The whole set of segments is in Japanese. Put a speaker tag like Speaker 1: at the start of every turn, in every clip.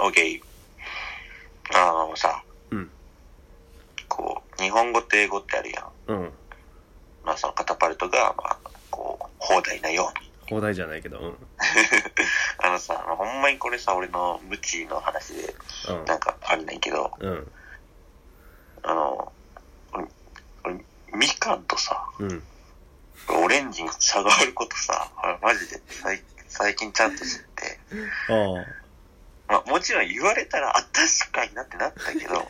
Speaker 1: OK。あのさ、
Speaker 2: うん。
Speaker 1: こう、日本語と英語ってあるやん。
Speaker 2: うん。
Speaker 1: まあそのカタパルトが、まあ、こう、放題なように。
Speaker 2: 放題じゃないけど、うん。うん。
Speaker 1: あのさ、ほんまにこれさ、俺の無知の話で、なんかあるねんけど、
Speaker 2: うん。
Speaker 1: あの、俺、俺みかんとさ、
Speaker 2: うん。
Speaker 1: オレンジに差があることさ、あマジで最最近ちゃんと知って、
Speaker 2: ああ。
Speaker 1: まあ、もちろん言われたら、あ、確かになってなったけど、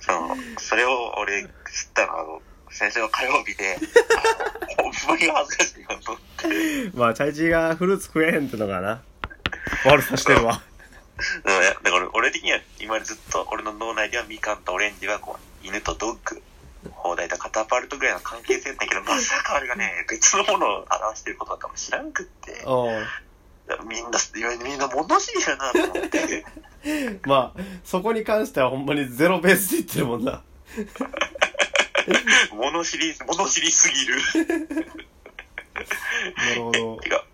Speaker 1: その、それを俺知ったのはあの、先週の火曜日で、あのほんまに恥ずかしいなと思って。
Speaker 2: まあ、チャイチーがフルーツ食えへんってのがな、悪さしてるわ。
Speaker 1: だからだから俺的には今ずっと俺の脳内ではみかんとオレンジはこう犬とドッグ放題とカタパルトぐらいの関係性だけどまさかあれがね別のものを表してることだったも知らんくって
Speaker 2: お
Speaker 1: みんなみんな物知りやなと思って
Speaker 2: まあ、そこに関してはほんまにゼロベースで言ってるもんな。
Speaker 1: 物知り物知りすぎる
Speaker 2: なるほ
Speaker 1: てか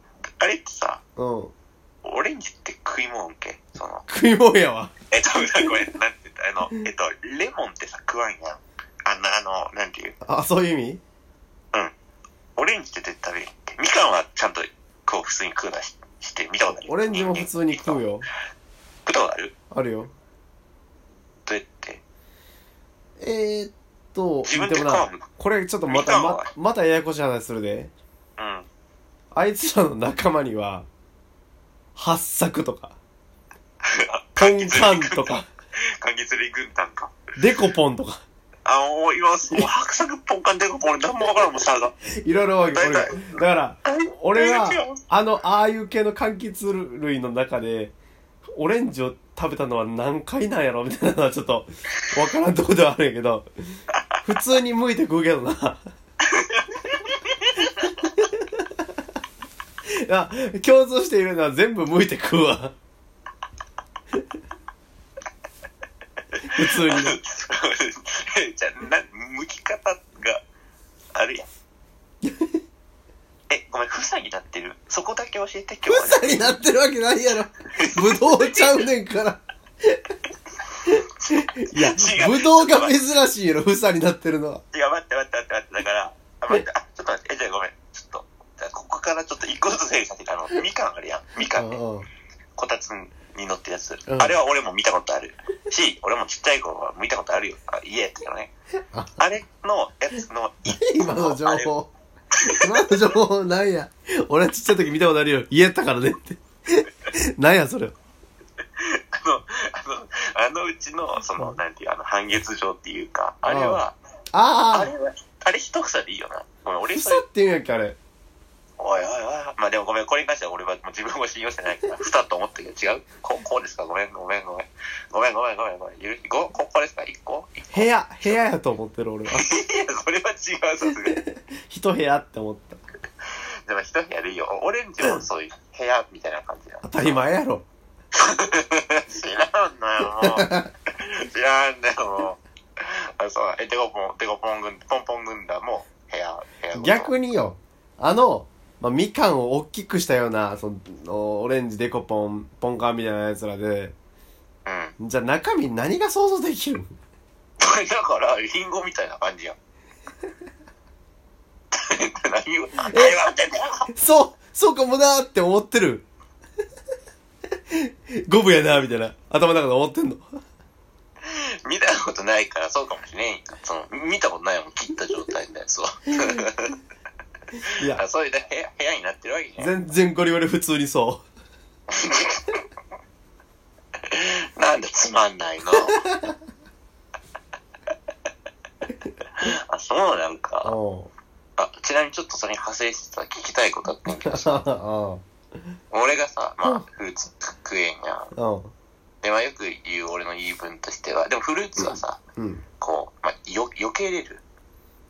Speaker 1: あれってさ
Speaker 2: ど。うん。
Speaker 1: オレンジって食い物んけその
Speaker 2: 食い物やわ。
Speaker 1: えっとごめんなんて言ったあのえっとレモンってさ食わんやんあんなあのなんていう
Speaker 2: あ、そういう意味
Speaker 1: オレンジって絶対食べるって。みかんはちゃんとこう普通に食うなしして見たことある。
Speaker 2: オレンジも普通に食う
Speaker 1: よ。
Speaker 2: よ。
Speaker 1: 食ったことある
Speaker 2: あるよ。
Speaker 1: どうやって
Speaker 2: えー、っと、
Speaker 1: 自分で
Speaker 2: も
Speaker 1: 買う
Speaker 2: な
Speaker 1: の、
Speaker 2: これちょっとまた、ま、またややこしい話するで。
Speaker 1: うん。
Speaker 2: あいつらの仲間には、八作とか、ポ
Speaker 1: 柑
Speaker 2: ンカンと
Speaker 1: か。
Speaker 2: か、
Speaker 1: 柑橘類軍団か。
Speaker 2: デコポンとか、
Speaker 1: あ、もう今、もう白作ポンカンでこ俺何もわからんもん、差が。
Speaker 2: いろいろわけ、俺が。だから、俺は
Speaker 1: 大体違う、
Speaker 2: あの、ああいう系の柑橘類の中で、オレンジを食べたのは何回なんやろみたいなのはちょっと、わからんとこではあるんやけど、普通に剥いて食うけどな。 いや共通しているのは全部剥いて食うわ。普通にね。
Speaker 1: じゃあ、な、剥き方があるや ん。え、ごめん、ふさぎなってる。そこだけ教えて、今日はね。
Speaker 2: 草になってるわけないやろ。ぶどうちゃうねんから。いや、
Speaker 1: 違う
Speaker 2: ぶどうが珍しいやろ、房になってるのは。
Speaker 1: いや、待って待って待って待って、だから、あ、待って、あ、ちょっと待って、え、じゃあごめん、ちょっと、じゃあここからちょっと一個ずつ整理させて、あの、 みかんあるやん。みかんね、
Speaker 2: うん
Speaker 1: こたつに乗ってるやつ。
Speaker 2: うん
Speaker 1: あれは俺も見たことある。し、俺もちっちゃい頃は見たことあるよ。あ、家やったからね。あれのやつ の一個
Speaker 2: 今の情
Speaker 1: あれ
Speaker 2: 報。今の情報なんや。俺はちっちゃい時見たことあるよ。家やったからねって。なんや、それ。
Speaker 1: あの、あの、あのうちの、その、なんていう、あの、半月状っていうか、あれは、あ
Speaker 2: あ
Speaker 1: れは、あれ一房でいいよな。ごめん、
Speaker 2: あ、
Speaker 1: 俺そ
Speaker 2: 房
Speaker 1: れ、
Speaker 2: って言うんやっけ、あれ。
Speaker 1: おいおいおい。まあでもごめん、これに関しては俺はもう自分も信用してない から、ふたと思ったけど違うここうですかごめんごめんごめん。ごめんごめんごめんごめん。ゆるこここですか一個一個
Speaker 2: 部屋、部屋やと思ってる俺は。
Speaker 1: いや、それは違う、さすがに。で
Speaker 2: 一部屋って思った。
Speaker 1: も一部屋でいいよ。オレンジもそういう部屋みたいな感じだ。
Speaker 2: 当たり前やろ。
Speaker 1: 知らんな よ、もう。知らんなよ、もう。あ、そう、え、デコポン、デコポン軍、ポンポン軍団も部屋、部屋ごと。
Speaker 2: 逆によあの、まあ、みかんを大きくしたようなそのオレンジデコポンポンカンみたいなやつらで
Speaker 1: うん。
Speaker 2: じゃあ中身何が想像できる
Speaker 1: これ だから、リンゴみたいな感じやん。 何を、何を言ってんだよ
Speaker 2: そうそうかもなーって思ってる 五分やなーみたいな頭の中で思ってんの
Speaker 1: 見たことないからそうかもしれんよその見たことないもん切った状態みたいなそう
Speaker 2: いや
Speaker 1: あそういうだ部屋部屋になってるわけじゃん
Speaker 2: 全然ゴリゴリ普通にそ
Speaker 1: なんでつまんないの あそうなん
Speaker 2: う
Speaker 1: か
Speaker 2: お
Speaker 1: あちなみにちょっとそれに派生してさ聞きたいことあってんけどさ
Speaker 2: あ
Speaker 1: 俺がさま
Speaker 2: う
Speaker 1: あ
Speaker 2: ん
Speaker 1: フルーツ食えんやん
Speaker 2: うん
Speaker 1: でまあよく言う俺の言い分としてはでもフルーツはさ
Speaker 2: うん
Speaker 1: こう、まあ、よ避けれる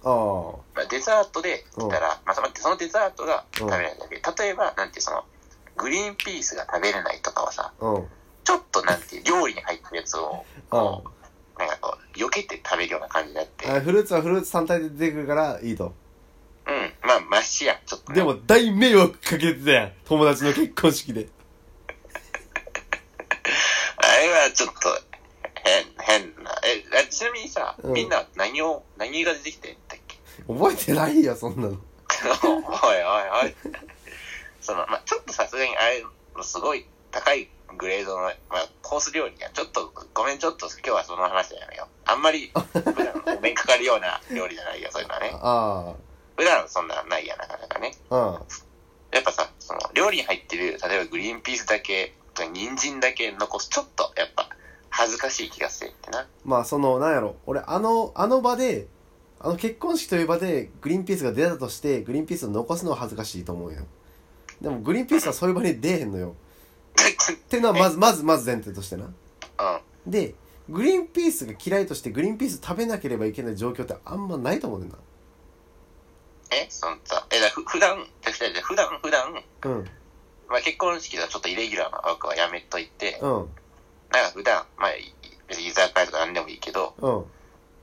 Speaker 2: ああ
Speaker 1: まあ、デザートで来たら、まあ、そのそのデザートが食べれないだけ例えば、なんていうその、グリーンピースが食べれないとかはさ、
Speaker 2: うん
Speaker 1: ちょっとなんていう、料理に入ってるやつを、
Speaker 2: あ
Speaker 1: こう、なんかこう、避けて食べるような感じになって、うん
Speaker 2: あ、フルーツはフルーツ単体で出てくるからいいと
Speaker 1: まあ、マシやん、ちょっと、ね。
Speaker 2: でも大迷惑かけてたやん友達の結婚式で
Speaker 1: あれはちょっと、変、変な。え、あちなみにさ、
Speaker 2: うん
Speaker 1: みんな何を、何が出てきてんだっけ
Speaker 2: 覚えてないよ、そんな
Speaker 1: お
Speaker 2: の。
Speaker 1: いおいおい。その、まあ、ちょっとさすがにあれのすごい高いグレードの、まあ、コース料理には、ちょっと、ごめん、ちょっと今日はその話はやめよう。あんまり、普段お目にかかるような料理じゃないよ、そういうのはね。
Speaker 2: あ
Speaker 1: 普段そんなないや、なかなかね。
Speaker 2: あ、
Speaker 1: やっぱさ、その料理に入ってる、例えばグリーンピースだけ、人参だけ残す、ちょっとやっぱ恥ずかしい気がするってな。
Speaker 2: うん。まあ、その、なんやろ、俺、あの、あの場で、あの結婚式という場でグリーンピースが出たとして、グリーンピースを残すのは恥ずかしいと思うよ。でも、グリーンピースはそういう場に出えへんのよ。っていうのは、まず、まず、まず前提としてな。
Speaker 1: うん。
Speaker 2: で、グリーンピースが嫌いとして、グリーンピース食べなければいけない状況ってあんまないと思うねんだ
Speaker 1: え、そのさ、え、だふ普段、じゃあじゃあ普段、普段、
Speaker 2: よな。
Speaker 1: まあ、結婚式ではちょっとイレギュラーな枠はやめといて、
Speaker 2: うん、うん、
Speaker 1: なんか普段、まあ、い別に居酒屋とか何でもいいけど、
Speaker 2: うん。
Speaker 1: ま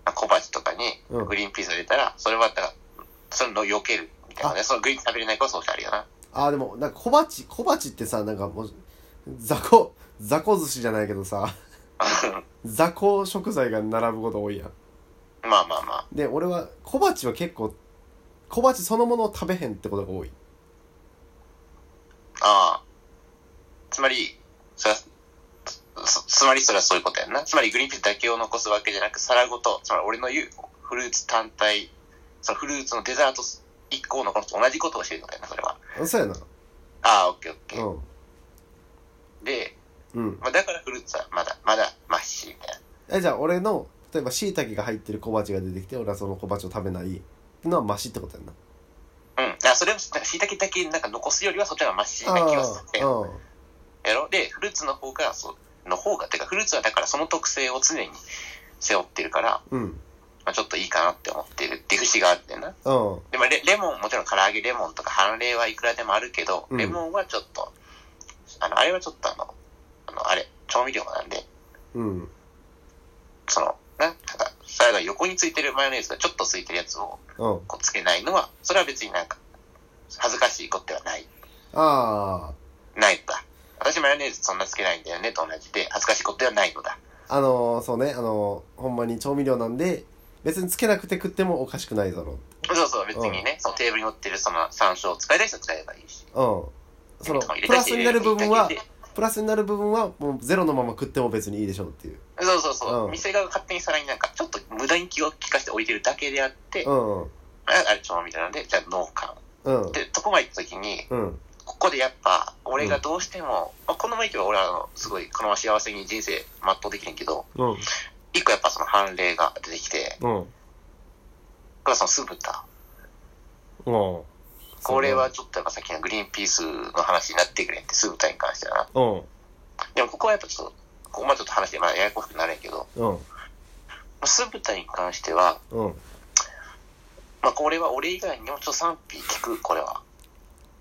Speaker 1: あ小鉢とかに
Speaker 2: うん
Speaker 1: グリーンピース入れたら、それはだから、それの避けるみたいなね。そのグリーン食べれないこそそうあるよな。
Speaker 2: ああでもなんか小鉢小鉢ってさなんかもう雑魚雑魚寿司じゃないけどさ雑魚食材が並ぶこと多いやん
Speaker 1: まあまあまあ。
Speaker 2: で俺は小鉢は結構小鉢そのものを食べへんってことが多い
Speaker 1: ああ。つまり、それは、そつまりそれはそういうことやんな。つまりグリーンピースだけを残すわけじゃなく、皿ごと、つまり俺の言うフルーツ単体、そのフルーツのデザート1個を残すと同じことをしてるのかやな、それは。
Speaker 2: あそうやな
Speaker 1: ああ、オッケーオッケ
Speaker 2: う
Speaker 1: ー。
Speaker 2: ん
Speaker 1: で、
Speaker 2: うん
Speaker 1: まあ、だからフルーツはまだ、まだ、マッシーみたいな。
Speaker 2: えじゃあ俺の例えばしいたけが入ってる小鉢が出てきて俺はその小鉢を食べないってのはマシってことやんな
Speaker 1: うん。あ、それを、なんか、椎茸だけなんか残すよりは、そっちの方がマシな気がするんだよ。
Speaker 2: あうん
Speaker 1: やろで、フルーツの方が、そう、の方が、てか、フルーツはだからその特性を常に背負ってるから、
Speaker 2: うん
Speaker 1: まあ、ちょっといいかなって思ってるっていう節があるんだよな。
Speaker 2: うん
Speaker 1: でもレレモン、もちろん唐揚げレモンとか半例はいくらでもあるけど、
Speaker 2: うん
Speaker 1: レモンはちょっと、あの、あれはちょっとあの、あの、あれ、調味料なんで、
Speaker 2: うん
Speaker 1: その、な、なんか、サラダ横についてるマヨネーズがちょっとついてるやつを
Speaker 2: うん
Speaker 1: こうつけないのは、それは別になんか、恥ずかしいことではない、
Speaker 2: ああ
Speaker 1: ないのだ。私マヨネーズそんなつけないんだよねと同じで、恥ずかしいことではないのだ。
Speaker 2: あのー、そうねあのー、ほんまに調味料なんで別につけなくて食ってもおかしくないだろう
Speaker 1: そうそう、別にね、そのテーブルに乗ってるその山椒を使いたい人は使えばいいし。
Speaker 2: うん。その、
Speaker 1: 入れ
Speaker 2: プ
Speaker 1: た
Speaker 2: ラ
Speaker 1: けれ
Speaker 2: ス
Speaker 1: ば
Speaker 2: になる部分は
Speaker 1: 入れたければ、
Speaker 2: プラスになる部分は、もうゼロのまま食っても別にいいでしょうっていう。
Speaker 1: そうそうそう、
Speaker 2: うん
Speaker 1: 店側が勝手に皿になんか、ちょっと無駄に気を利かして置いてるだけであって、
Speaker 2: うん。うん。
Speaker 1: ああれ調味料なんで、じゃあ農家。
Speaker 2: うん
Speaker 1: で、そこまで行った時に、
Speaker 2: うん。
Speaker 1: ここでやっぱ、俺がどうしても、まあ、このままいけば俺はあの、すごい、このまま幸せに人生全うできるんけど、
Speaker 2: うん。
Speaker 1: 一個やっぱその判例が出てきて、
Speaker 2: うん。
Speaker 1: これはその酢豚。
Speaker 2: うん。
Speaker 1: これはちょっとやっぱさっきのグリーンピースの話になってくれって、酢豚に関してはな。
Speaker 2: うん。
Speaker 1: でもここはやっぱちょっと、ここまでちょっと話でまあややこしくなるんやけど、
Speaker 2: うん。
Speaker 1: まあ酢豚に関しては、
Speaker 2: うん。
Speaker 1: まあこれは俺以外にもちょっと賛否聞く、これは。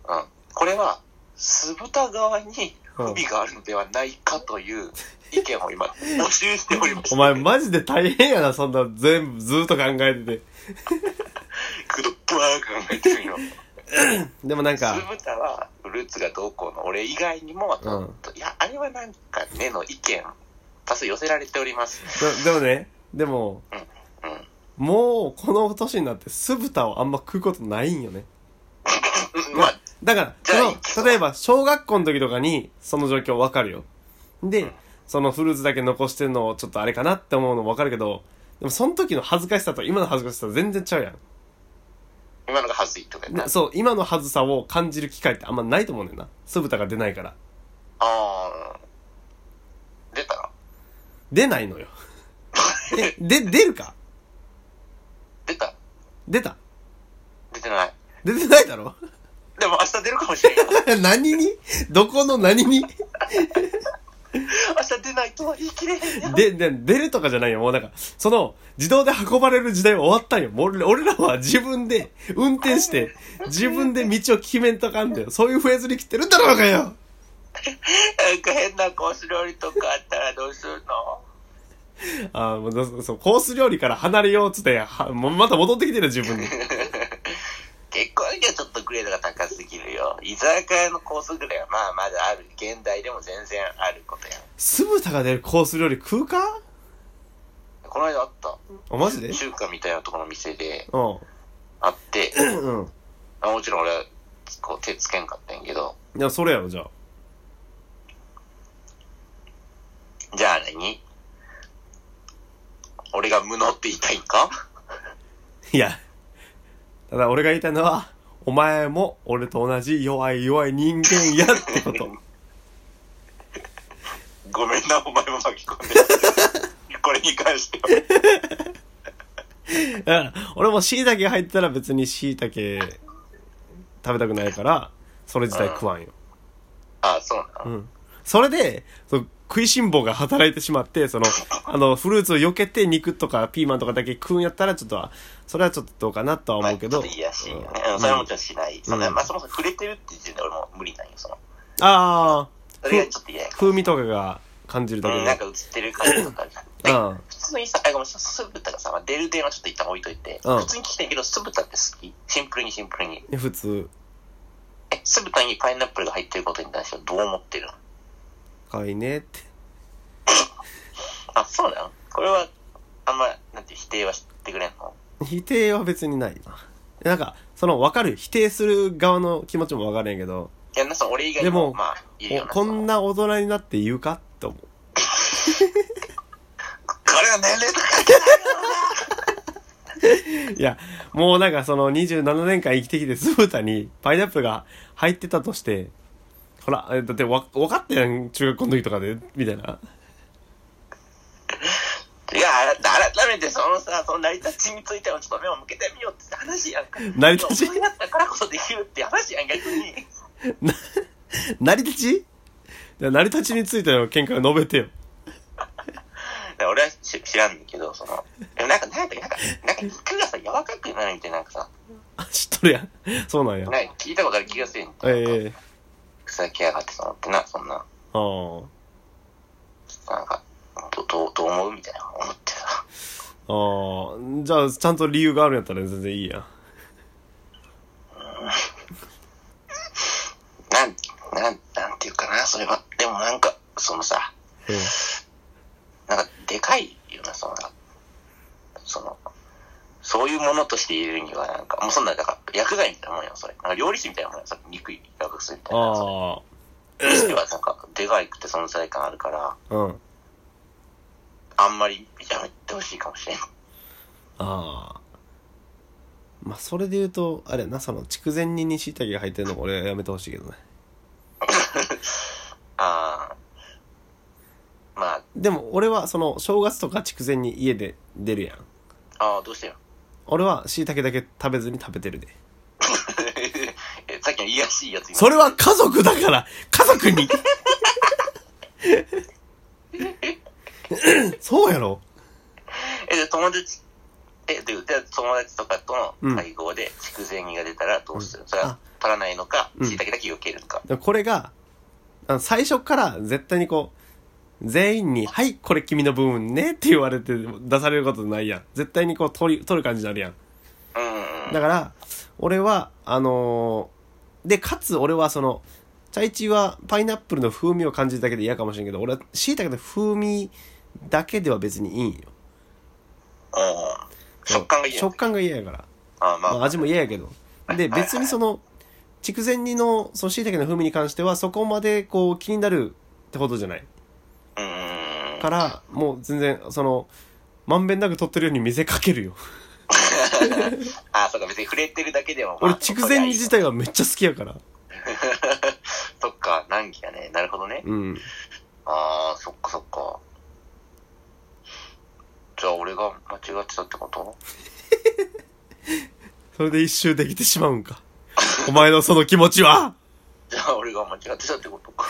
Speaker 1: うん。これは、酢豚側に不備があるのではないかという意見を今、募集しております。
Speaker 2: お前、マジで大変やな、そんな、全部、ずっと考えてて。
Speaker 1: くどっばーく考えてるよ。
Speaker 2: でもなん
Speaker 1: 酢
Speaker 2: か、
Speaker 1: 豚は、フルーツがどうこうの俺以外にも、
Speaker 2: うん
Speaker 1: いや、あれはなんかねの意見、多数寄せられております。
Speaker 2: ででもね、でも、
Speaker 1: うん。
Speaker 2: もう、この年になって、酢豚をあんま食うことないんよね。
Speaker 1: うんまあ、
Speaker 2: だから、
Speaker 1: じゃあいい
Speaker 2: その、例えば、小学校の時とかに、その状況わかるよ。で、そのフルーツだけ残してんの、ちょっとあれかなって思うのわかるけど、でも、その時の恥ずかしさと今の恥ずかしさ全然ちゃうやん。
Speaker 1: 今のが恥ずいとかな
Speaker 2: な。そう、今の恥ずさを感じる機会ってあんまないと思うねんだよな。酢豚が出ないから。
Speaker 1: あー。出たな。
Speaker 2: 出ないのよ。え、で、出るか
Speaker 1: 出た
Speaker 2: 出た
Speaker 1: 出てない。
Speaker 2: 出てないだろ
Speaker 1: でも明日出るかもしれんよ。
Speaker 2: 何にどこの何に
Speaker 1: 明日出ないとは言い切れへんよ。
Speaker 2: で、で、出るとかじゃないよ。もうなんか、その、自動で運ばれる時代は終わったんよ。もう俺俺らは自分で運転して、自分で道を決めんとかんだよ。そういうフェーズに来てるんだろうがよ
Speaker 1: なんか変なコース料理とかあったらどうするの
Speaker 2: あーもうだそう、コース料理から離れようっつって、はもうまた戻ってきてるよ、自分に。
Speaker 1: 結婚にはちょっとグレードが高すぎるよ。居酒屋のコースぐらいはまあまだある。現代でも全然あることやん。
Speaker 2: 酢豚が出るコース料理食うか
Speaker 1: この間あった。
Speaker 2: あ、マジで
Speaker 1: 中華みたいなところの店で
Speaker 2: うん。
Speaker 1: あって、
Speaker 2: うん。
Speaker 1: あもちろん俺はこう手つけんかったんやけど、
Speaker 2: いや、それやろ、じゃあ。
Speaker 1: じゃあ何俺が無能って言いたいんか
Speaker 2: いや。ただ、俺が言いたいのは、お前も俺と同じ弱い弱い人間やってこと。
Speaker 1: ごめんな、お前も巻き込んで。これに関しては。
Speaker 2: だから俺も椎茸入ったら別に椎茸食べたくないから、それ自体食わんよ。
Speaker 1: あ、そうなの、
Speaker 2: うん。それで、その食いしん坊が働いてしまって、その、あの、フルーツを避けて肉とかピーマンとかだけ食うんやったら、ちょっとは、それはちょっとどうかなとは
Speaker 1: まあ、
Speaker 2: 思う
Speaker 1: ちょ
Speaker 2: け
Speaker 1: っ
Speaker 2: ど。
Speaker 1: といやしいよね。
Speaker 2: うん
Speaker 1: うんそれはもちろんしない。そんな
Speaker 2: うん
Speaker 1: まあ、そもそも触れてるって時点で俺も無理なんよ、その。
Speaker 2: ああ、
Speaker 1: それが
Speaker 2: ふ
Speaker 1: ちょっと嫌やか
Speaker 2: 風味とかが感じるだ
Speaker 1: ら。
Speaker 2: け
Speaker 1: うん、
Speaker 2: で。
Speaker 1: なんか映ってる感じとかじゃん。で
Speaker 2: うん
Speaker 1: 普通にさ、あ、ごめん、酢豚がさ、まあ、出る電話ちょっと一旦置いといて、
Speaker 2: うん
Speaker 1: 普通に聞きたいけど、酢豚って好きシンプルにシンプルに。
Speaker 2: ね普通
Speaker 1: え、酢豚にパイナップルが入ってることに対してはどう思ってるの
Speaker 2: 可愛いねって
Speaker 1: あ、そうなのこれは、あんま、なんて否定はしてくれんの
Speaker 2: 否定は別にないななんかその分かる否定する側の気持ちも分かるんやけど
Speaker 1: いや、なさん俺以外
Speaker 2: でも
Speaker 1: も、まあ、いるよ
Speaker 2: お
Speaker 1: な。
Speaker 2: こんな大人になって言うかって思う
Speaker 1: 彼は年齢と関係ない
Speaker 2: いやもうなんかその27年間生きてきて酢豚にパイナップルが入ってたとしてほらえだってわ分かったやん中学校の時とかでみたいない
Speaker 1: や、改改めてそのさ、その成り立ちについてもちょっと目を向けてみようって話やんか。
Speaker 2: 成り立ち
Speaker 1: そうなったからこそできるって話やん、逆に。
Speaker 2: 成り立ちで成り立ちについての見解を述べてよ
Speaker 1: で俺はし知らんけど、その、でもなんか、なんやったっけ、なんか、なんか肉がさ、柔らかくなるみたいな、なんかさ、
Speaker 2: あ知っとるやんそうなんや
Speaker 1: なんか聞いたことある気がするんやん。
Speaker 2: ええ
Speaker 1: ふざけやがってと思ってな、そんな、
Speaker 2: あ
Speaker 1: なんか、どどうどう思うみたいな思ってさ。
Speaker 2: あああじゃあちゃんと理由があるんやったら全然いいやん
Speaker 1: なん、なん、なんていうかな、それは。でもなんか、そのさ、
Speaker 2: うん
Speaker 1: なんか、でかいよな、その、その、そういうものとして入れるには、なんか、もうそんな、だから、薬剤みたいなもんよ、それ。なんか、料理酒みたいなもんよ、それ。肉いらくするみたいな。それ
Speaker 2: あ
Speaker 1: にしては、なんか、でかいくて存在感あるから、
Speaker 2: あ、うん。
Speaker 1: あんまりやめてほしいかもしれん。
Speaker 2: ああ。まあ、それで言うと、あれやな、その、筑前煮に椎茸が入ってるのも俺はやめてほしいけどね。
Speaker 1: あー。まあ、
Speaker 2: でも、俺は、その、正月とか筑前煮家で出るやん。
Speaker 1: あー、どうしてよ。
Speaker 2: 俺は椎茸だけ食べずに食べてるで。
Speaker 1: えさっきの癒やしいやつ今
Speaker 2: それは家族だから家族に そうやろ
Speaker 1: え、で、友達、え、で、で友達とかとの会合で、筑前煮が出たらどうする、それは
Speaker 2: あ、
Speaker 1: 取らないのか、
Speaker 2: うん
Speaker 1: 椎茸だけ避けるのか。
Speaker 2: これが、あの最初から絶対にこう、全員に、はい、これ君の部分ねって言われて出されることないやん。絶対にこう取り、取る感じになるやん。
Speaker 1: うんうんうん。
Speaker 2: だから、俺は、あのーで、かつ俺はその、チャイチはパイナップルの風味を感じるだけで嫌かもしれんけど、俺は椎茸の風味だけでは別にいいんよ。
Speaker 1: うん食感がいいよ
Speaker 2: 食感が嫌やから。
Speaker 1: あま
Speaker 2: ま
Speaker 1: あ、
Speaker 2: あ、味も嫌やけど。で、別にその、筑前煮の、その椎茸の風味に関しては、そこまでこう気になるってほどじゃない。
Speaker 1: うんうんうん。
Speaker 2: から、もう全然、その、まんべんなく取ってるように見せかけるよ。
Speaker 1: あ、そうか、別に触れてるだけでも、まあ
Speaker 2: 俺、筑前煮自。体はめっちゃ好きやから。
Speaker 1: そっか、難儀やね。なるほどね。
Speaker 2: うん。
Speaker 1: ああ、そっかそっか。じゃあ、俺が間違ってたってこと
Speaker 2: それで一周できてしまうんか。お前のその気持ちは
Speaker 1: じゃあ、俺が間違ってたってことか。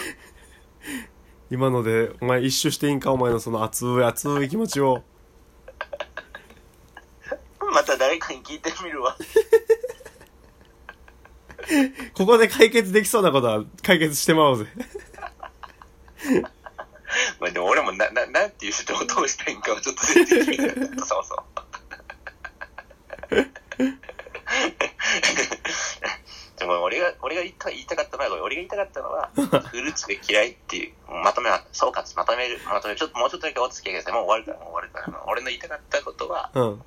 Speaker 2: 今ので、お前一周していいんかお前のその熱い熱い気持ちを。
Speaker 1: また誰かに聞いてみるわ。
Speaker 2: ここで解決できそうなことは解決してまおうぜ。
Speaker 1: まあでも俺もな、な、 なんていう人を通したいんかはちょっと全然決めてなかった、そうそう。 じゃあまあ俺が、俺が言いた言いたかったのは、俺が言いたかったのは、 フルーツが嫌いっていう、まとめは、総括、まとめる、まとめる、ちょっともうちょっとだけお付き合いください。もう終わるから、もう終わるから。あの俺の言いたかったことは、
Speaker 2: うん。
Speaker 1: も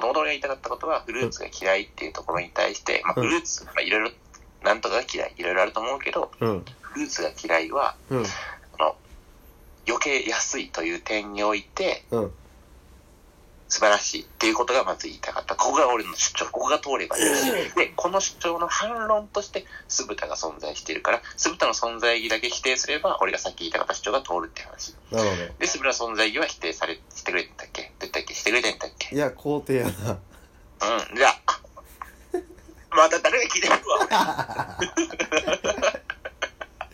Speaker 1: ともと俺が言いたかったことは、フルーツが嫌いっていうところに対して、まあ、
Speaker 2: うん
Speaker 1: フルーツ、まあ、いろいろ、なんとかが嫌い、いろいろあると思うけど、
Speaker 2: うん。
Speaker 1: フルーツが嫌いは、
Speaker 2: うん。
Speaker 1: あの、余計安いという点において、
Speaker 2: うん。
Speaker 1: 素晴らしいっていうことがまず言いたかった。ここが俺の主張、ここが通ればいいし、で、この主張の反論として、酢豚が存在しているから、酢豚の存在意義だけ否定すれば、俺がさっき言いたかった主張が通るって話。
Speaker 2: なるほ
Speaker 1: で、酢豚の存在意義は否定され、してくれてんだっけどうやったっけしてくれてんだっけ
Speaker 2: ど。いや、肯定やな。
Speaker 1: うん、じゃあ、 また誰が聞いてく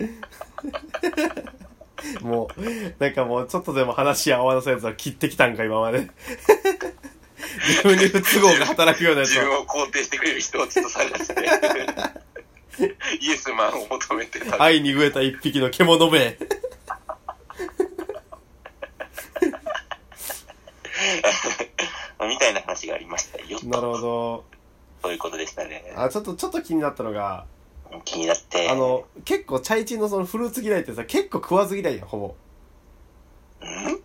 Speaker 1: るわ、 俺
Speaker 2: もう、なんかもう、ちょっとでも話合わなそうやつは切ってきたんか、今ま で。自分に不都合が働くようなやつ
Speaker 1: 自
Speaker 2: は。
Speaker 1: 分を肯定してくれる人をちょっと探して、 イエスマンを求めてた。
Speaker 2: 愛に飢えた一匹の獣め。
Speaker 1: みたいな話がありましたよ。
Speaker 2: なるほど。
Speaker 1: そういうことでしたね。
Speaker 2: あ、ちょっと、ちょっと気になったのが、
Speaker 1: 気になって。
Speaker 2: あの、結構、チャイチンのそのフルーツ嫌いってさ、結構食わず嫌いやん、ほぼ。
Speaker 1: うん、
Speaker 2: い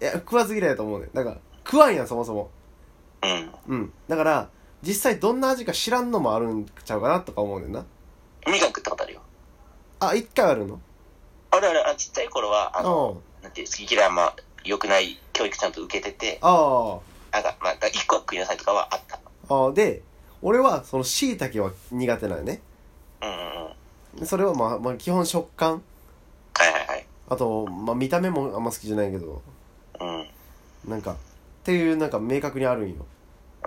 Speaker 2: や、食わず嫌いやと思うね。なんか、食わんやん、そもそも。
Speaker 1: うん。
Speaker 2: うん。だから、実際どんな味か知らんのもあるんちゃうかなとか思うねんな。
Speaker 1: みかん食ったことあるよ。
Speaker 2: あ、一回あるの
Speaker 1: あれあれ、あちっちゃい頃は、あの、
Speaker 2: うん。
Speaker 1: なんていう、好き嫌いあんま良くない教育ちゃんと受けてて、
Speaker 2: あ
Speaker 1: なんか、まあ、だから一個は食いなさいとかはあった。
Speaker 2: あ。ああ。で、俺は、その、椎茸は苦手なんよね。
Speaker 1: うんうんうん。はい
Speaker 2: それはまあ、まあ、基本食感
Speaker 1: はいはい。
Speaker 2: あと、まあ、見た目もあんま好きじゃないけど
Speaker 1: うん。うん
Speaker 2: なんかっていうなんか明確にあるんよ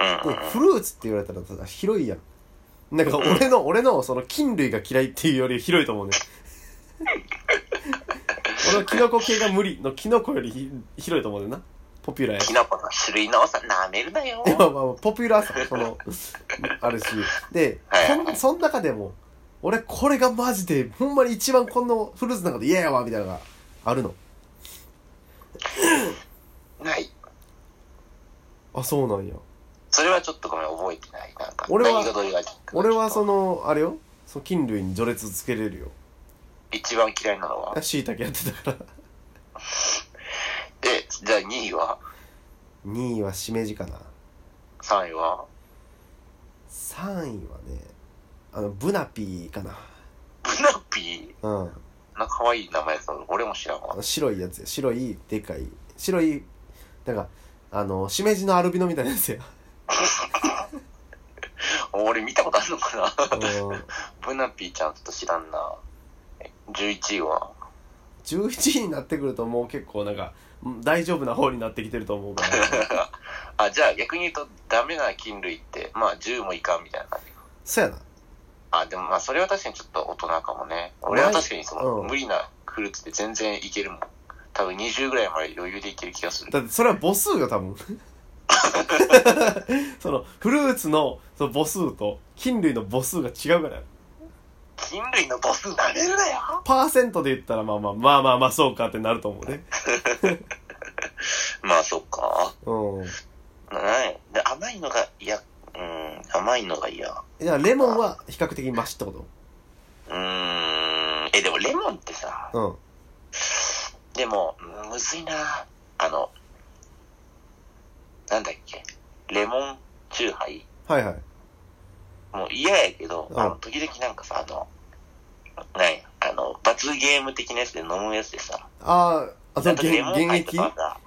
Speaker 1: うん
Speaker 2: で
Speaker 1: うん。
Speaker 2: フルーツって言われたらただ広いやんなんか俺の俺のその菌類が嫌いっていうより広いと思 うね俺のキノコ系が無理のキノコよりひ広いと思うねんなポピュラーや
Speaker 1: きな粉の種類のさ、なめるなよ。
Speaker 2: でまあまあポピュラーさそのあるしで
Speaker 1: はい
Speaker 2: こんその中でも俺これがマジでほんまに一番このフルーツの中で嫌やわみたいなのがあるの
Speaker 1: ない。
Speaker 2: あそうなんや
Speaker 1: それはちょっとごめん、覚えてない。なんか、
Speaker 2: 俺は
Speaker 1: 何がどういう味
Speaker 2: 俺はそ
Speaker 1: の、
Speaker 2: のあれよその菌類に序列つけれるよ
Speaker 1: 一番嫌いなのは。
Speaker 2: しいたけやってたから
Speaker 1: で、じゃあ2位は、
Speaker 2: 2位はしめじかな
Speaker 1: 3位は、
Speaker 2: 3位はねあのブナピーかな
Speaker 1: ブナピ
Speaker 2: うん
Speaker 1: ー。な、可愛い名前さ、俺も知らん
Speaker 2: あ
Speaker 1: わ。
Speaker 2: の白いやつや白いでかい白いなんかあのしめじのアルビノみたいなやつや
Speaker 1: 俺見たことあるのかな
Speaker 2: うん
Speaker 1: ブナピーちゃんちょっと知らんな。11位は、
Speaker 2: 11位になってくるともう結構なんかうん大丈夫な方になってきてると思うから
Speaker 1: あ、じゃあ逆に言うとダメな菌類って、まあ10もいかんみたいな感じか。
Speaker 2: そうやな
Speaker 1: あ、でもまあそれは確かにちょっと大人かもね。俺は確かにその、
Speaker 2: うん
Speaker 1: 無理なフルーツで全然いけるもん。多分20ぐらいまで余裕でいける気がする。
Speaker 2: だってそれは母数よ多分 そのフルーツのその母数と菌類の母数が違うからや
Speaker 1: 菌類の母数なめるなよ
Speaker 2: パーセントで言ったらまあまあまあまあまあそうかってなると思うね
Speaker 1: まあそっか。
Speaker 2: う
Speaker 1: ない。で、甘いのが嫌。うん、甘いのが嫌。うん
Speaker 2: じゃあレモンは比較的マシってこ
Speaker 1: ーん。え、でもレモンってさ、
Speaker 2: とうん
Speaker 1: でも、うんむずいなあの、なんだっけ、レモンチューハイ。
Speaker 2: はいはい
Speaker 1: もう嫌やけど、
Speaker 2: うん
Speaker 1: あの、時々なんかさ、あの、なんや、あの、罰ゲーム的なやつで飲むやつでさ、
Speaker 2: あああ
Speaker 1: な
Speaker 2: と
Speaker 1: んか
Speaker 2: 現
Speaker 1: レモン
Speaker 2: 現
Speaker 1: ハイと
Speaker 2: 液
Speaker 1: かさ、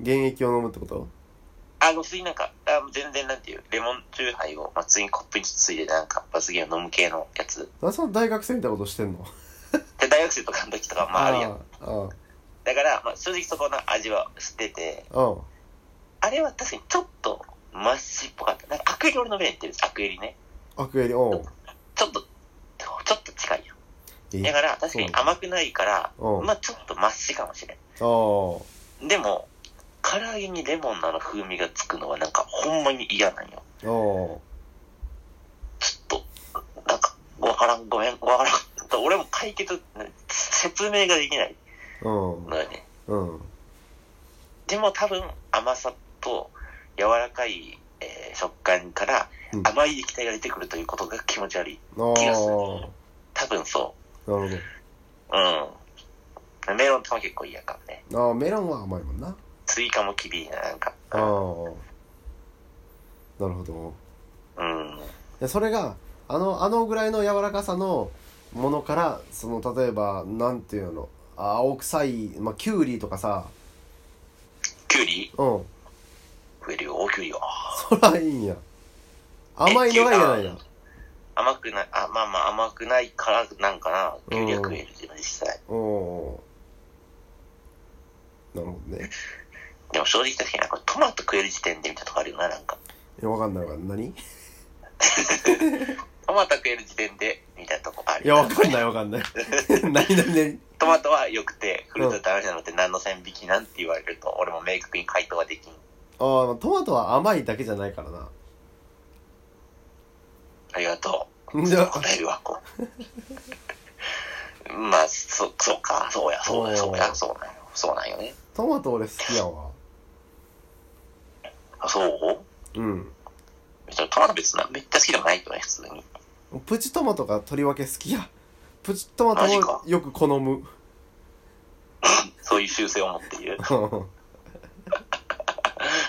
Speaker 2: 現液を飲むってこと
Speaker 1: あの、普通になんか、あ全然なんていう、レモンチューハイを、まあ、普通にコップについでなんか、罰ゲーム飲む系のやつ。
Speaker 2: なんでその大学生みたいなことしてんの
Speaker 1: で、大学生とかの時とか、まあ、あるやん。
Speaker 2: あ
Speaker 1: だから、まあ、正直そこの味は捨てて、
Speaker 2: あうん
Speaker 1: あれは確かにちょっと、マシっぽかった。なんか、アクエリ俺の目に似てるんです、アクエリね。
Speaker 2: アクエリオン
Speaker 1: ちょっと、ちょっと近いよ。
Speaker 2: え
Speaker 1: だから、確かに甘くないから、
Speaker 2: うん
Speaker 1: まあちょっとマシかもしれ
Speaker 2: ああ
Speaker 1: ん。でも、唐揚げにレモンのあの風味がつくのはなんかほんまに嫌なんよ。
Speaker 2: あ
Speaker 1: ちょっと、なんか、わからん、ごめん、わからん。俺も解決、説明ができない
Speaker 2: あうん
Speaker 1: のよね。
Speaker 2: うん
Speaker 1: でも多分甘さと柔らかい、えー食感から
Speaker 2: うん
Speaker 1: 甘い液体が出てくるということが気持ち悪い。
Speaker 2: ああ
Speaker 1: 気がする
Speaker 2: ー
Speaker 1: 多分そ
Speaker 2: なるほ
Speaker 1: う。うん。メロンとか結構嫌かもね。
Speaker 2: どああメロンは甘いもんな
Speaker 1: スイカも厳しいな、なんか。
Speaker 2: ああなるほど
Speaker 1: うん。
Speaker 2: でそれがあのあのぐらいの柔らかさのものからその例えばなんていうのあ青臭い、まあ、キュウリとかさ
Speaker 1: キュウリ
Speaker 2: うん
Speaker 1: 食えるよ、キュウリよ。あ
Speaker 2: そらいいんや甘いのが嫌なんや
Speaker 1: ー甘くない、あ、まあまあ甘くないからなんかな。キュウリは食えるけど、実際。
Speaker 2: おおーなるほどね
Speaker 1: でも正直確かになんかトマト食える時点でみたいなとこあるよな、なんか。
Speaker 2: いやわかんないわ何い
Speaker 1: トマト食える時点でみたいなとこある
Speaker 2: や
Speaker 1: よ
Speaker 2: わかんないわかんない 何何何
Speaker 1: トマトは良くて、フルーツはダメなのって何の線引きなんて言われると、俺も明確に回答はできん。
Speaker 2: ああトマトは甘いだけじゃないからな
Speaker 1: ありがとう。
Speaker 2: じゃあ
Speaker 1: 答えるわ、こう。 まあ、そ、そうか、そうや、そうや、そうや、そうなんよ。そうなんよね。
Speaker 2: トマト俺好きやわ
Speaker 1: あ、そう
Speaker 2: うん
Speaker 1: 別にトマト別な、めっちゃ好きでもないけどね、普通に。
Speaker 2: プチトマトがとりわけ好きやプチトマト
Speaker 1: マジか
Speaker 2: をよく好む
Speaker 1: そういう習性を持っている。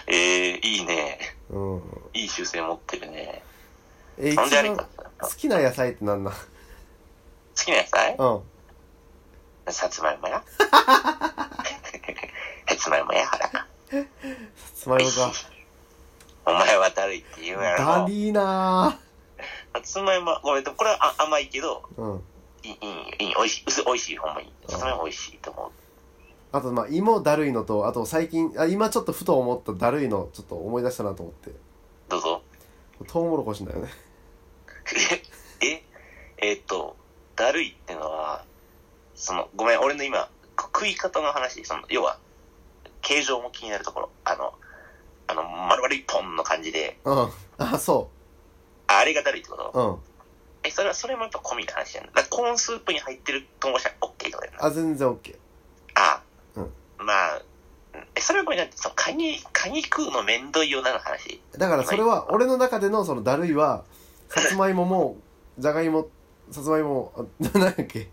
Speaker 1: ええー、いいね。
Speaker 2: うん
Speaker 1: いい習性持ってるね。
Speaker 2: え一
Speaker 1: なんであれ
Speaker 2: 番
Speaker 1: か。
Speaker 2: 好
Speaker 1: 好
Speaker 2: きな野菜ってなんなん
Speaker 1: きな野菜
Speaker 2: うん
Speaker 1: さつまいも や。さつまいもや、原。
Speaker 2: さつまい もか
Speaker 1: お前はだるいって言うやろ。
Speaker 2: ダリーな
Speaker 1: さつまいも、ごめん、でもこれはあ甘いけど、
Speaker 2: ーうん
Speaker 1: いい、いい、いい、美味しい、薄美味しい、ほんまに。さつまいも美味しいと思う。
Speaker 2: あとまあ芋だるいのとあと最近あ今ちょっとふと思っただるいのちょっと思い出したなと思って
Speaker 1: どうぞ。
Speaker 2: トウモロコシだよね
Speaker 1: え、え、えーっと、だるいってのは、その、ごめん、俺の今、く食い方の話、その、要は、形状も気になるところ、あの、あの、丸々一本の感じで、
Speaker 2: うんあそ
Speaker 1: ああれがだるいってこと
Speaker 2: ううん
Speaker 1: え、それは、それもやっぱ込みの話やんだからコーンスープに入ってるトウモロシは OK とかやんな。あ
Speaker 2: あ全然 OK
Speaker 1: あ。
Speaker 2: うん
Speaker 1: まあ、うんえ、それはごめんなさい。その、カニ、カニ食うのめんどいよなの話。
Speaker 2: だからそれは俺の中でのそのだるいはさつまいももじゃがいもさつまいもあ何だっけ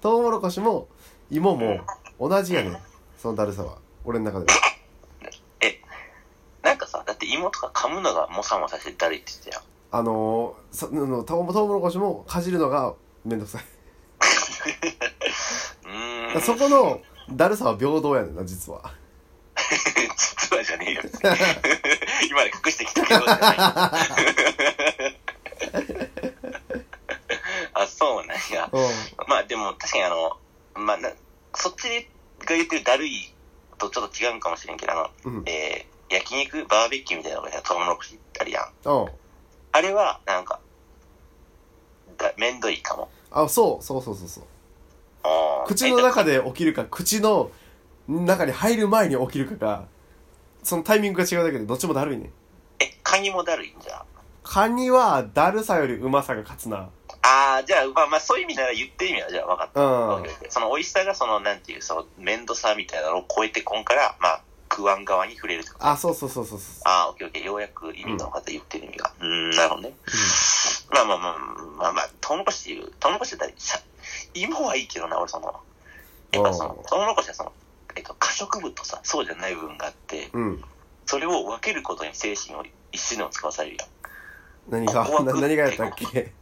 Speaker 2: トウモロコシも芋も同じやねんそのだるさは俺の中では
Speaker 1: なんかさ、だって芋とか噛むのがモサモサしてだるいって言ってたやん。
Speaker 2: あのー、さあのトウモトウモロコシもかじるのがめんどくさい
Speaker 1: うーん。
Speaker 2: そこのだるさは平等やねんな実は
Speaker 1: 実はじゃねえよ。今まで隠してきたけどじゃない。あ、そうなんや。
Speaker 2: うん
Speaker 1: まあでも確かにあの、まあな、そっちが言ってるだるいとちょっと違うんかもしれんけど、あの、
Speaker 2: うん
Speaker 1: えー、焼肉、バーベキューみたいなのがトウモロコシあるやん。
Speaker 2: うん
Speaker 1: あれは、なんか、だめんどいかも。
Speaker 2: あそうそうそうそうそう
Speaker 1: あー
Speaker 2: 口の中で起きるか口の中に入る前に起きるかがそのタイミングが違うだけでどっちもだるいねん
Speaker 1: え、えカニもだるいんじゃ。
Speaker 2: カニはだるさよりうまさが勝つな
Speaker 1: ああ、じゃあ、まあまあ、そういう意味なら言ってる意味は、じゃあ分かった。
Speaker 2: うん
Speaker 1: その美味しさが、その、なんていう、その、面倒さみたいなのを超えてこんから、まあ、食わん側に触れるとか。
Speaker 2: あそうそうそうそうそ
Speaker 1: ああ、オッケーオッケー。ようやく意味が分かった、言ってる意味が。うーん、なるほどね。まあまあまあ、まあまあ、トウモロコシ、トウモロコシだったら、芋はいいけどな、俺その、やっぱその、トウモロコシはその、えっと、可食部とさ、そうじゃない部分があって、
Speaker 2: ううん、うん、
Speaker 1: それを分けることに精神を一瞬でも使わされるやん。
Speaker 2: 何が
Speaker 1: ここは
Speaker 2: な何がやったっけ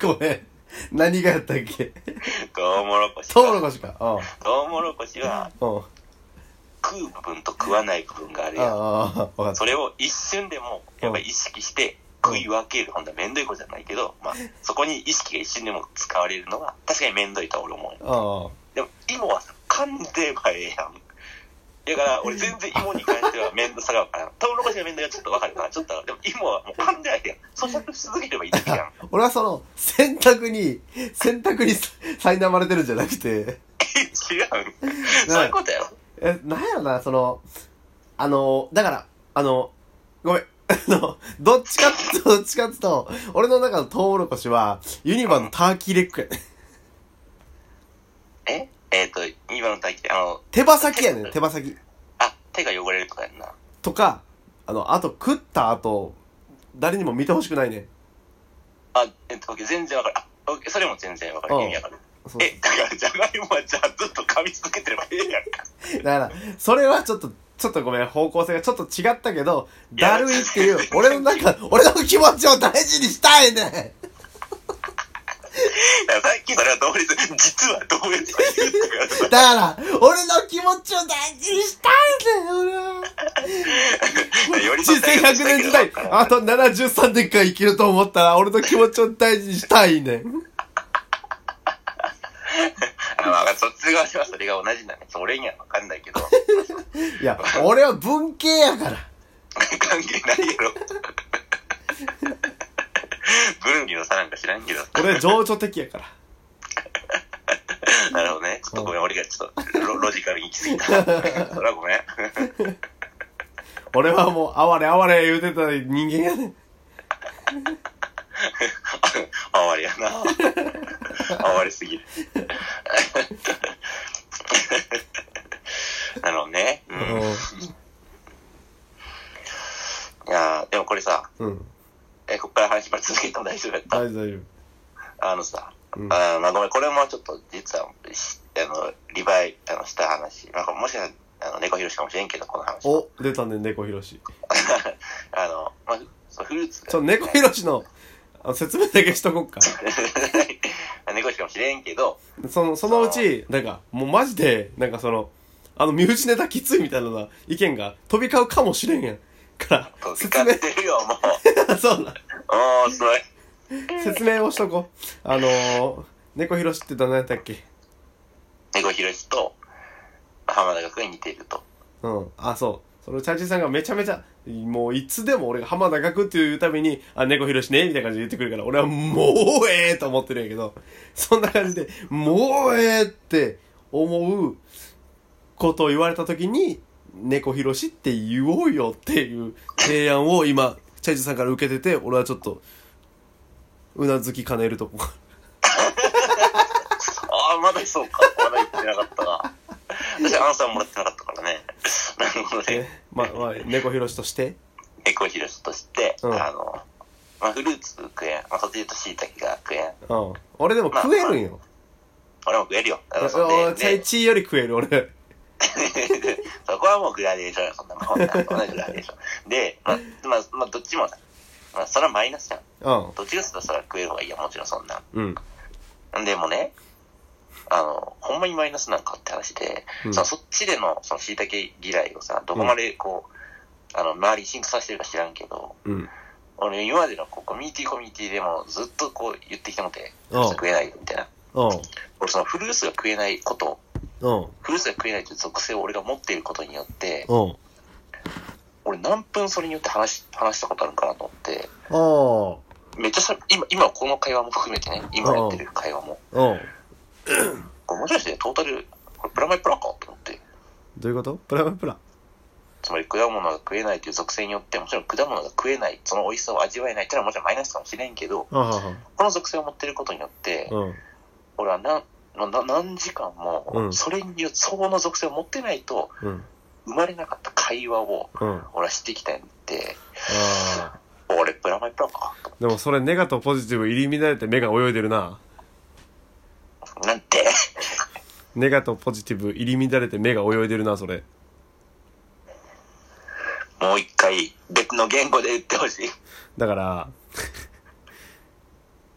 Speaker 2: ごめん何がやったっけ
Speaker 1: トウモロコシは。
Speaker 2: トウモロコシかうん
Speaker 1: トウモロコシは、
Speaker 2: うんあ
Speaker 1: 食う部分と食わない部分があるやん。
Speaker 2: ああ分かっ
Speaker 1: それを一瞬でも、やっぱり意識して、食い分ける、ほんとはめんどいことじゃないけど、まあ、そこに意識が一瞬でも使われるのは、確かにめんどいとは俺思うよ。
Speaker 2: たああ
Speaker 1: でも、芋はさ、噛んでばええやん。だから、俺全然芋に関して はめんどさがわからん。トウモロコシのめんどいはちょっとわかるから、ちょっと、でも芋はもう噛んでばええやん。咀嚼し続ければいいだ けやん。
Speaker 2: 俺はその選択に選択にさ苛まれてるんじゃなくて
Speaker 1: 違う。そういうことやろ。
Speaker 2: えなんやろなそのあのだからあのごめん あのどっちかっつうとどっちかっつうと俺の中のトウモロコシはユニバのターキーレッグやね
Speaker 1: ええっ、と、今今の大気で、あの、
Speaker 2: 手羽先やねん手羽先
Speaker 1: あ、手が汚れるとかやんな。
Speaker 2: とかあのあと食った後誰にも見てほしくないねん
Speaker 1: あ、えっと、全然わかる。あ、オッケーそれも全然わかる。
Speaker 2: うん
Speaker 1: 意味わかる。
Speaker 2: そう
Speaker 1: え、だから、じゃがいもはじゃあずっと噛み続けてればいいやんか。
Speaker 2: だからそれはちょっとちょっとごめん方向性がちょっと違ったけど
Speaker 1: いや
Speaker 2: だるいっていう俺のなんか俺の気持ちを大事にしたいねん
Speaker 1: だからさっきそれは同列、実は同列と言うって言われた
Speaker 2: だから俺の気持ちを大事にしたいねん俺は
Speaker 1: より
Speaker 2: 人生100年時代、あと73年間生きると思ったら、俺の気持ちを大事にしたいねん。
Speaker 1: あまあ、卒業はそれが同じなんで、それにはわかんないけ ど、
Speaker 2: いや、俺は文系やから。
Speaker 1: 関係ないやろ。 分離の差なんか知らんけど。
Speaker 2: 俺は情緒的やから。
Speaker 1: なるほどね。ちょっとごめん、俺がちょっとロロジカルに行き過ぎた。それはごめん。
Speaker 2: 俺はもう、哀れ哀れ言うてた人間やねん。
Speaker 1: あわりやな。あ わりすぎる。 なるほどね。うん。いやーでもこれさ、
Speaker 2: うん。うん。
Speaker 1: え、こっから話ばっかり続けても大丈夫やった
Speaker 2: 大丈夫。
Speaker 1: あのさ、
Speaker 2: うん
Speaker 1: あーまあごめん、これもちょっと実は、しあの、リバイ、あの、した話。まあこれもしかしたら、あの、猫ひろしかもしれんけど、この話。
Speaker 2: お、出たね、猫ひろし。
Speaker 1: あの、まあ、そう、フルーツ
Speaker 2: ちょ、
Speaker 1: が、
Speaker 2: 猫ひろしの、あの説明だけしとこっか。
Speaker 1: 猫ひろしかもしれんけ ど、
Speaker 2: その、そのうち、なんか、もうマジで、なんかその、あの、身内ネタきついみたいなのが意見が飛び交うかもしれんやん。か
Speaker 1: そう
Speaker 2: ら、
Speaker 1: 使
Speaker 2: 説
Speaker 1: っ
Speaker 2: 明、
Speaker 1: てるよ、 もう。
Speaker 2: そうだ。
Speaker 1: おー、すごい。
Speaker 2: 説明をしとこう。あのー、猫ひろしって何やったっけ
Speaker 1: 猫ひろしと、浜田学に似ていると。
Speaker 2: うん。あ、そう。そのチャーチーさんがめちゃめちゃ、もういつでも俺が浜田学っていうために、あ、猫ひろしね、みたいな感じで言ってくるから、俺はもうええと思ってるんやけど、そんな感じで、もうええって思うことを言われた時に、猫ひろしって言おうよっていう提案を今、チャーチーさんから受けてて、俺はちょっと、うなずきかねるとこ。
Speaker 1: ああ、まだそうか。まだ言ってなかった が。私、アンサーもらってなかったからね。なるほど
Speaker 2: ね
Speaker 1: ね。
Speaker 2: まあ、まあ、猫ひろしとして、
Speaker 1: 猫ひろしとして、
Speaker 2: うん
Speaker 1: あの、まあ、フルーツ食えん。まあ、そっちで言うと椎茸が食えん。
Speaker 2: うん。俺でも食えるんよ。
Speaker 1: 俺も食えるよ。だからそ
Speaker 2: 俺、
Speaker 1: ん
Speaker 2: チャ
Speaker 1: で
Speaker 2: イ
Speaker 1: で
Speaker 2: チーより食える、俺。
Speaker 1: そこはもうグラデーションよ。そんなもん。そんなグラデーション。で、まあ、まあ、まあ、どっちもさ、まあ、それはマイナスじゃん。
Speaker 2: うん。
Speaker 1: どっちがすとそれは食える方がいいよ。もちろんそんな。
Speaker 2: うん。
Speaker 1: でもね、あの、ほんまにマイナスなんかって話で、
Speaker 2: うん
Speaker 1: そのそっちでの、その椎茸嫌いをさ、どこまでこう、あの、周りに浸透させてるか知らんけど、
Speaker 2: うん。
Speaker 1: 俺今までのこうコミュニティコミュニティでもずっとこう言ってきたので、
Speaker 2: うん
Speaker 1: 食えないみたいな。
Speaker 2: うん。
Speaker 1: 俺そのフルーツが食えないこと、
Speaker 2: うん。
Speaker 1: フルーツが食えないという属性を俺が持っていることによって、
Speaker 2: うん。
Speaker 1: 俺何分それによって話し、話したことあるんかなと思って、
Speaker 2: あ
Speaker 1: めっちゃそれ、今、今この会話も含めてね、今やってる会話も、
Speaker 2: あ。うん。
Speaker 1: これもしかしてトータル、これプラマイプラかと思って。
Speaker 2: どういうことプラプラ。
Speaker 1: つまり果物が食えないという属性によって、もちろん果物が食えない、その美味しさを味わえないっていうのはもちろんマイナスかもしれんけど、
Speaker 2: あは
Speaker 1: この属性を持ってることによって、
Speaker 2: うん。
Speaker 1: 俺は何、な何時間
Speaker 2: う
Speaker 1: も、
Speaker 2: ん
Speaker 1: それによって、その属性を持ってないと、
Speaker 2: うん。
Speaker 1: 生まれなかった会話を、
Speaker 2: うん。あ
Speaker 1: 俺はしてきたんで、
Speaker 2: あ。
Speaker 1: 俺、プラマイプラか。
Speaker 2: でもそれ、ネガとポジティブ入り乱れて目が泳いでるな。
Speaker 1: なんて、
Speaker 2: ネガとポジティブ入り乱れて目が泳いでるな、それ。
Speaker 1: もう一回、別の言語で言ってほしい。
Speaker 2: だから、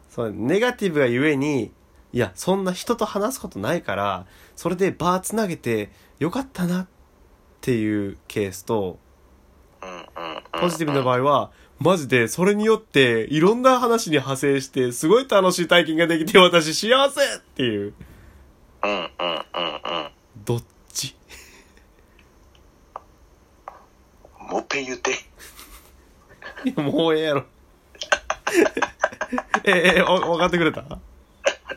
Speaker 2: そう、ネガティブがゆえに、いや、そんな人と話すことないから、それでバーつなげてよかったなっていうケースと、
Speaker 1: うんうんうん。
Speaker 2: ポジティブな場合は、マジでそれによっていろんな話に派生して、すごい楽しい体験ができて私幸せっていう。
Speaker 1: うんうんうんうん。
Speaker 2: どっち
Speaker 1: もう一回言って。
Speaker 2: いやもうええやろ。 ええ、ええ、お分かってくれただ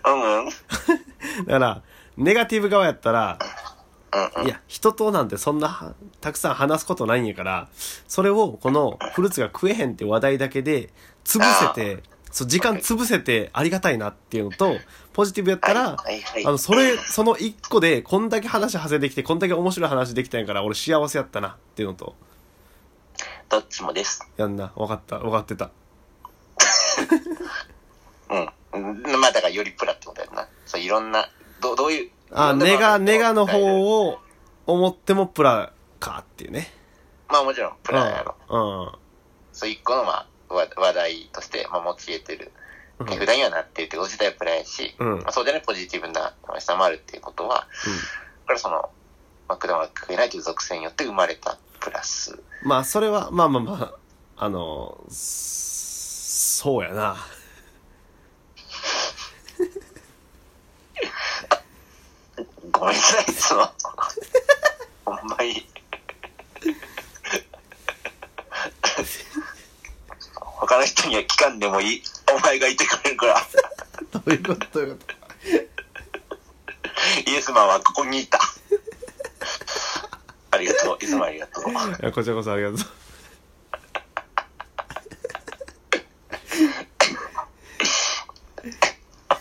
Speaker 1: うんうん。うんうん
Speaker 2: から、ネガティブ側やったら、いや、人となんてそんなは、たくさん話すことないんやから、それをこのフルーツが食えへんって話題だけで、潰せて、そう時間潰せてありがたいなっていうのとポジティブやったら
Speaker 1: はいはい
Speaker 2: あ
Speaker 1: はい
Speaker 2: のそれその一個でこんだけ話派生できてこんだけ面白い話できたんやから俺幸せやったなっていうのと
Speaker 1: どっちもです。
Speaker 2: やんな分かった分かってた
Speaker 1: うん。うんまあだからよりプラってことやな。そう、いろんな、どどういう。い
Speaker 2: あ
Speaker 1: ろんな
Speaker 2: ネガ
Speaker 1: 場面と
Speaker 2: ネガの
Speaker 1: を。
Speaker 2: 方を思ってもプラかっていうね
Speaker 1: まあもちろんプ
Speaker 2: うん
Speaker 1: ラやろ。
Speaker 2: うん
Speaker 1: そう、一個の、まあ、わ話題として、まあ、持ち得てる。
Speaker 2: うん
Speaker 1: 値札にはなってるってこと自体はプラやし、
Speaker 2: うん
Speaker 1: まあ、そうじゃないポジティブなのが下回るっていうことは、これはその、マクドナルドが食えないという属性によって生まれたプラス。
Speaker 2: まあそれはまあまあまああのそそうやな
Speaker 1: ごめんなさい、その、ほんまに。他の人には聞かんでもいい。お前がいてくれるから、
Speaker 2: どういうことどういうこと
Speaker 1: イエスマンはここにいた。ありがとう、イエスマンありがとう。
Speaker 2: いやこちらこそありがとう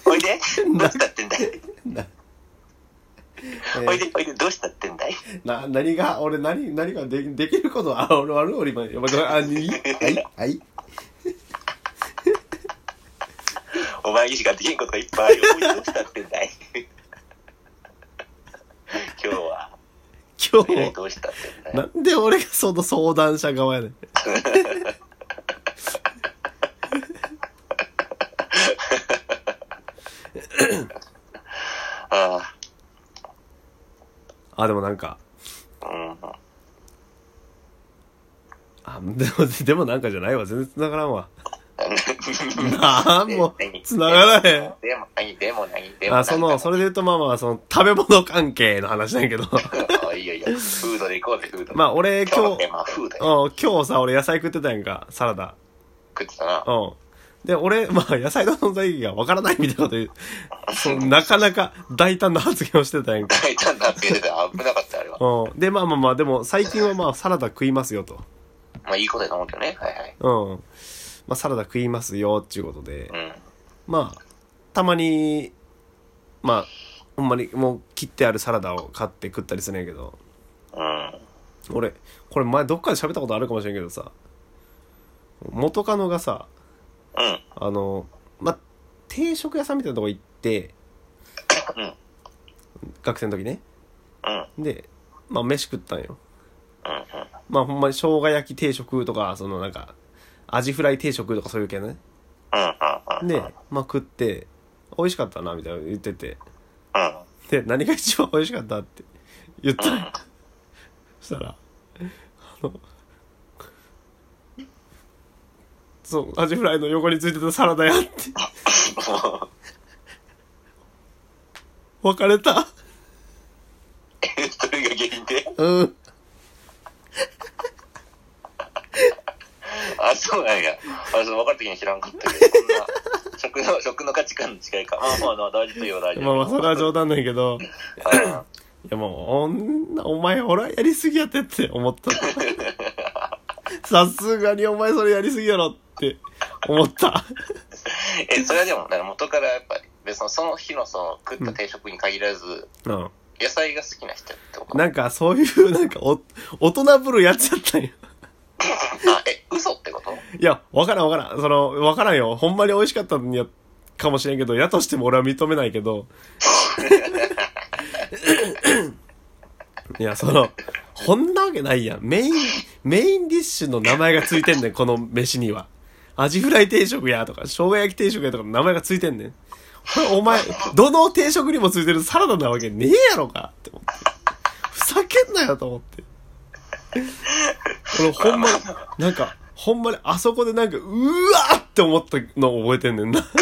Speaker 1: おいで、どうしたってんだい。
Speaker 2: な、
Speaker 1: おいで、おいで、どうしたってんだい。
Speaker 2: な何が俺何何がでできることあ俺悪い俺今やばいあいいはいはい
Speaker 1: お前にしかできんことがいっぱいあるよ。おいでどうしたってんだい。今日は、
Speaker 2: 今
Speaker 1: おいで
Speaker 2: 日
Speaker 1: どうしたってんだい。
Speaker 2: なんで俺がその相談者側やねん
Speaker 1: あ
Speaker 2: あでもなんか
Speaker 1: あ、うん。
Speaker 2: あでもでもなんかじゃないわ全然繋がらんわ
Speaker 1: な
Speaker 2: なんも繋がらへん
Speaker 1: でも、何、でも、何、でも。
Speaker 2: あそのそれで言うとまあまあその食べ物関係の話なんや けど
Speaker 1: あいいよいいよ。フードで行こうぜ、フード。
Speaker 2: まあ俺
Speaker 1: 今日
Speaker 2: 今
Speaker 1: の
Speaker 2: 日
Speaker 1: テーマはフードや
Speaker 2: うん今日さ俺野菜食ってたやんかサラダ
Speaker 1: 食ってたな。
Speaker 2: うん。で、俺、まあ、野菜の存在意義がわからないみたいなこと言う。そうなかなか大胆な発言をしてたやんか。
Speaker 1: 大胆なって言ってた。危なかった、あれは。
Speaker 2: うん。で、まあまあまあ、でも、最近はまあ、サラダ食いますよと。
Speaker 1: まあいいことだと思うけどね。はいはい。
Speaker 2: うん。まあ、サラダ食いますよ、っていうことで
Speaker 1: う。ん。
Speaker 2: まあ、たまに、まあ、ほんまにもう切ってあるサラダを買って食ったりするんやけど、
Speaker 1: うん。
Speaker 2: 俺、これ前どっかで喋ったことあるかもしれんけどさ、元カノがさ、
Speaker 1: うん。
Speaker 2: あの、まあ、定食屋さんみたいなとこ行って、
Speaker 1: うん
Speaker 2: 学生の時ね。
Speaker 1: うん。
Speaker 2: で、まあ、飯食ったんよ。
Speaker 1: うん。
Speaker 2: まあ、ほんまに生姜焼き定食とか、そのなんか、アジフライ定食とかそういう系のね。
Speaker 1: うん。うん。うん。
Speaker 2: で、まあ、食って、美味しかったな、みたいなの言ってて。
Speaker 1: うん。
Speaker 2: で、何が一番美味しかったって言ったんよそしたら、あの、そう、アジフライの横についてたサラダやって、
Speaker 1: もう、
Speaker 2: 別れた。
Speaker 1: それが原因で。
Speaker 2: うん。
Speaker 1: あ、そうなんや。あ、その分かるときに知らんかったけど、こんな、食の、食の価値観の違いか。あ、まあ、まあ大丈夫よ、大丈夫。
Speaker 2: まあまあ、それは冗談だけ
Speaker 1: う
Speaker 2: ど、
Speaker 1: ん
Speaker 2: いやもう、女、お前ほらやりすぎやってって思った。さすがにお前それやりすぎやろって思った。
Speaker 1: え、それはでも、だから元からやっぱり、別にその日のその食った定食に限らず、
Speaker 2: うん。
Speaker 1: 野菜が好きな人ってこと
Speaker 2: なんかそういう、なんかお、大人ぶるやっちゃったんよ。
Speaker 1: あ、え、嘘ってこと
Speaker 2: いや、わからんわからん。その、わからんよ。ほんまに美味しかったんや、かもしれんけど、やとしても俺は認めないけど。いや、その、こんなわけないやん。メイン、メインディッシュの名前がついてんねん、この飯には。アジフライ定食やとか、生姜焼き定食やとかの名前がついてんねん。これお前、どの定食にもついてるサラダなわけねえやろかって思って。ふざけんなよと思って。俺ほんまに、なんか、ほんまにあそこでなんか、うわーって思ったのを覚えてんねんな。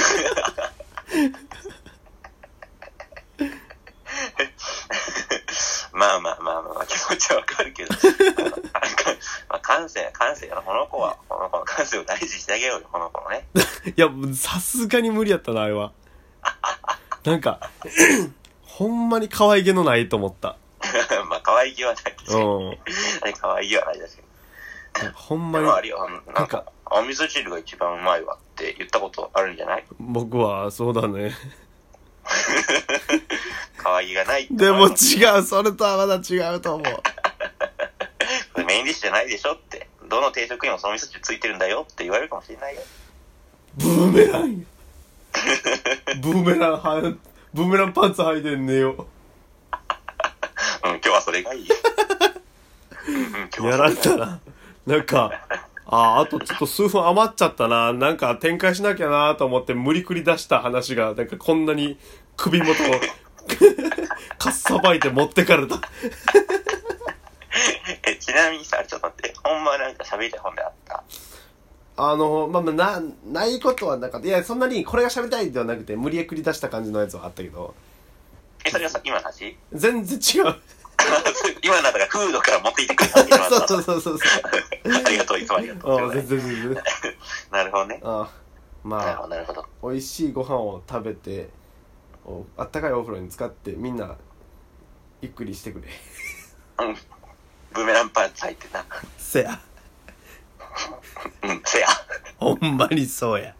Speaker 1: まあまあまあまあまあ、気持ちはわかるけど、 あなんかまあ、感性、感性やな、この子は、この子の感性を大事にしてあげようよ、この子のね。
Speaker 2: いや、さすがに無理やったな、あれは。なんか、 ほんまに可愛げのないと思った。
Speaker 1: まあ、可愛げはない。
Speaker 2: うん。
Speaker 1: あれ可愛いよ、あれだし。
Speaker 2: ほん
Speaker 1: で
Speaker 2: まに
Speaker 1: もあるよ、あの、
Speaker 2: な
Speaker 1: なんん
Speaker 2: か
Speaker 1: か、お味噌汁が一番うまいわって言ったことあるんじゃない
Speaker 2: 僕はそうだね
Speaker 1: 可愛いがないって
Speaker 2: でも違うそれとはまだ違うと思う
Speaker 1: メインディッシュじゃないでしょって。どの定食にもその味噌汁ついてるんだよって言われるかもしれないよ。
Speaker 2: ブーメラ ンやブーメランはブーメランパンツ履いてんねよ
Speaker 1: うん、今日はそれがいい。うん、うん今日は
Speaker 2: やられたななんかあああとちょっと数分余っちゃったななんか展開しなきゃなと思って無理くり出した話がなんかこんなに首元をかっさばいて持ってかれた
Speaker 1: え、ちなみにさ、ちょっと待って、ほんまなんか喋りたい本であった。
Speaker 2: あのまあまあなないことはなかったいやそんなにこれが喋りたいではなくて無理やくり出した感じのやつはあったけど
Speaker 1: え、それはさ、今の話
Speaker 2: 全然違う
Speaker 1: 今のだから、フードから持っていてくれたっていうのは
Speaker 2: そう
Speaker 1: さ
Speaker 2: そうそうそう
Speaker 1: ありがとう、いつもありがと
Speaker 2: あ
Speaker 1: う。
Speaker 2: あ全然全然
Speaker 1: なるほどね。
Speaker 2: ああま
Speaker 1: なる
Speaker 2: あ
Speaker 1: ほど、なるほど。
Speaker 2: 美味しいご飯を食べておあったかいお風呂に使ってみんなゆっくりしてくれ
Speaker 1: うん。ブーメランパンツ入ってな。
Speaker 2: せや
Speaker 1: うん、せや。
Speaker 2: ほんまにそうや